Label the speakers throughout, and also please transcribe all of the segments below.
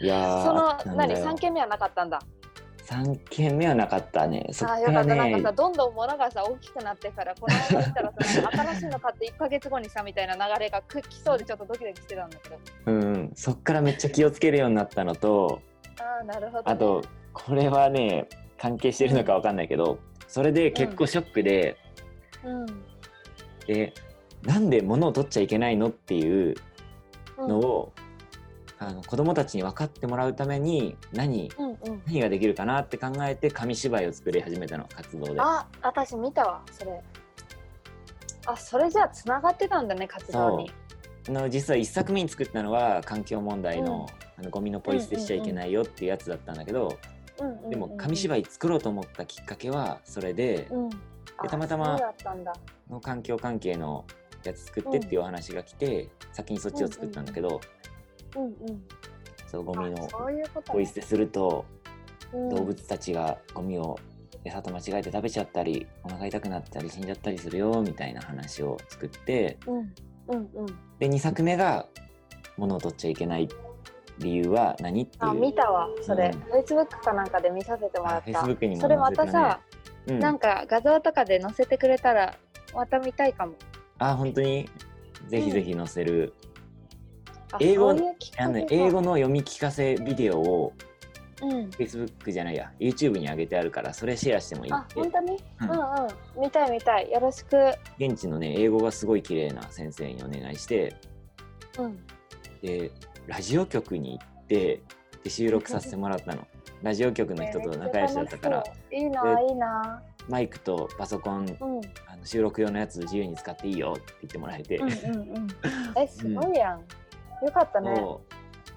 Speaker 1: いやー
Speaker 2: そ
Speaker 1: あった
Speaker 2: の
Speaker 1: んだ
Speaker 2: 何
Speaker 1: よ
Speaker 2: 3件目はなかったんだ
Speaker 1: 三軒目はなかったね。そっ
Speaker 2: ああ
Speaker 1: か
Speaker 2: よかっ
Speaker 1: ら
Speaker 2: たなんか
Speaker 1: ね
Speaker 2: さ、どんどん物がさ大きくなってからこの間行ったらさ新しいの買って1か月後にさみたいな流れがく来そうでちょっとドキドキしてたんだけど
Speaker 1: うん、そっからめっちゃ気をつけるようになったのと、
Speaker 2: ああなるほど、ね、
Speaker 1: あとこれはね関係してるのかわかんないけど、それで結構ショックで、
Speaker 2: うん、
Speaker 1: でなんで物を取っちゃいけないのっていう
Speaker 2: うん、
Speaker 1: のを、あの子供たちに分かってもらうために何
Speaker 2: うんうん
Speaker 1: 何ができるかなって考えて紙芝居を作り始めたの活動で。
Speaker 2: あ私見たわそれあそれじゃあつながってたんだね活動に
Speaker 1: あの実は1作目に作ったのは環境問題の,、あのゴミのポイ捨てしちゃいけないよっていうやつだったんだけど、
Speaker 2: うんうんうんうん
Speaker 1: でも紙芝居作ろうと思ったきっかけはそれで、
Speaker 2: うんあ
Speaker 1: たまたま
Speaker 2: そうだったんだ
Speaker 1: の環境関係のやつ作ってっていうお話が来て、先にそっちを作ったんだけど、
Speaker 2: うんうん
Speaker 1: そうゴミの
Speaker 2: あそういうこと
Speaker 1: ポイ捨てすると
Speaker 2: うん
Speaker 1: 動物たちがゴミを餌と間違えて食べちゃったりお腹痛くなったり死んじゃったりするよみたいな話を作って
Speaker 2: うんうんうん
Speaker 1: で2作目が物を取っちゃいけない理由は何って
Speaker 2: あ
Speaker 1: い
Speaker 2: 見
Speaker 1: う
Speaker 2: たわそれ、
Speaker 1: うん
Speaker 2: Facebook かなんかで見させてもら
Speaker 1: あ
Speaker 2: っ
Speaker 1: フェイ
Speaker 2: た
Speaker 1: スブックにも
Speaker 2: それまたさ、
Speaker 1: 載せたねうん、
Speaker 2: なんか画像とかで載せてくれたらまた見たいかも。
Speaker 1: あ本当にぜひぜひ載せる、
Speaker 2: あ
Speaker 1: 英語
Speaker 2: そういうきっ
Speaker 1: あ
Speaker 2: か
Speaker 1: の
Speaker 2: け
Speaker 1: ね
Speaker 2: か
Speaker 1: 英語の読み聞かせビデオを
Speaker 2: うん。
Speaker 1: Facebook じゃないや YouTube に上げてあるからそれシェアしてもいい
Speaker 2: あ
Speaker 1: って
Speaker 2: 本当に？
Speaker 1: う
Speaker 2: うんんうん。見たい見たい。よろしく。
Speaker 1: 現地のね英語がすごい綺麗な先生にお願いして
Speaker 2: うん。
Speaker 1: でラジオ局に行ってで収録させてもらったのラジオ局の人と仲良しだったから
Speaker 2: めちゃ楽しそう。いいないいな。
Speaker 1: マイクとパソコン
Speaker 2: うん。うん
Speaker 1: あの収録用のやつ自由に使っていいよって言ってもらえて、
Speaker 2: うん うん。えすごいやん。よかったね。
Speaker 1: そう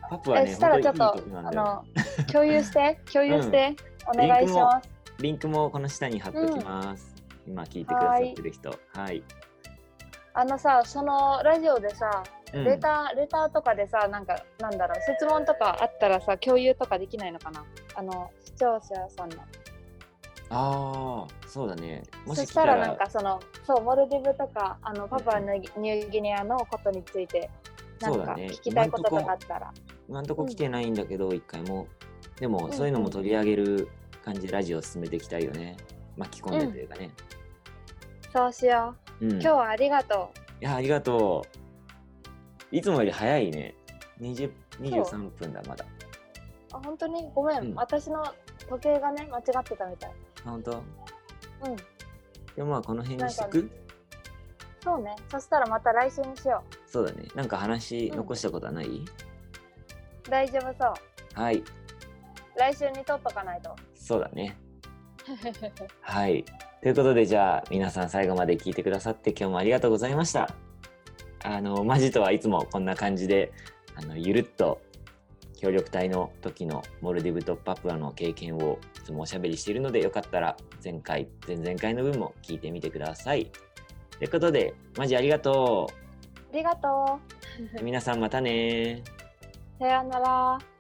Speaker 1: パプは
Speaker 2: え
Speaker 1: ね
Speaker 2: したら
Speaker 1: 本
Speaker 2: ち
Speaker 1: 当
Speaker 2: ょっ
Speaker 1: にいい
Speaker 2: と
Speaker 1: 曲なん
Speaker 2: あ
Speaker 1: だよ
Speaker 2: の共 有して共有してお願いします。
Speaker 1: リンクもこの下に貼っときます、今聞いてくださってる人はい、
Speaker 2: あのさそのラジオでさ
Speaker 1: うん
Speaker 2: レター、レターとかでさなんかなんだろう質問とかあったらさ共有とかできないのかなあの視聴者さんの
Speaker 1: ああそうだねもし
Speaker 2: そ
Speaker 1: 来
Speaker 2: したた
Speaker 1: ら
Speaker 2: らなんかそのそうモルディブとかあのパパのニューギニアのことについてな
Speaker 1: そ
Speaker 2: ん
Speaker 1: うだ
Speaker 2: か
Speaker 1: ね
Speaker 2: 聞きたいこととかあったら、
Speaker 1: 今んとこ来てないんだけど一回もで
Speaker 2: う
Speaker 1: も
Speaker 2: ん
Speaker 1: そういうのも取り上げる感じでラジオ進めていきたいよね巻き込んでというかね、
Speaker 2: そうしよう
Speaker 1: うん
Speaker 2: 今日はありがと
Speaker 1: いやありがとういつもより早いね20
Speaker 2: そ
Speaker 1: 23分だまだ
Speaker 2: う、あ本当にごめん、
Speaker 1: うん
Speaker 2: 私の時計がね間違ってたみたい
Speaker 1: あ本当
Speaker 2: うん
Speaker 1: でもまあこの辺にしと
Speaker 2: な
Speaker 1: く
Speaker 2: そうねそしたらまた来週にしよ
Speaker 1: そうだねなんか話
Speaker 2: うん
Speaker 1: 残したことはない、
Speaker 2: う大丈夫そう
Speaker 1: はい
Speaker 2: 来週に取っとか ないと
Speaker 1: そうだねはい。ということで、じゃあ、皆さん最後まで聞いてくださって、今日もありがとうございました。あの、マジとはいつもこんな感じで、あの、ゆるっと、協力隊の時のモルディブとパプアの経験をいつもおしゃべりしているので、よかったら、前回、前々回の分も聞いてみてください。ということで、マジありがと
Speaker 2: ありがとう
Speaker 1: う。皆さんまたね
Speaker 2: さようなら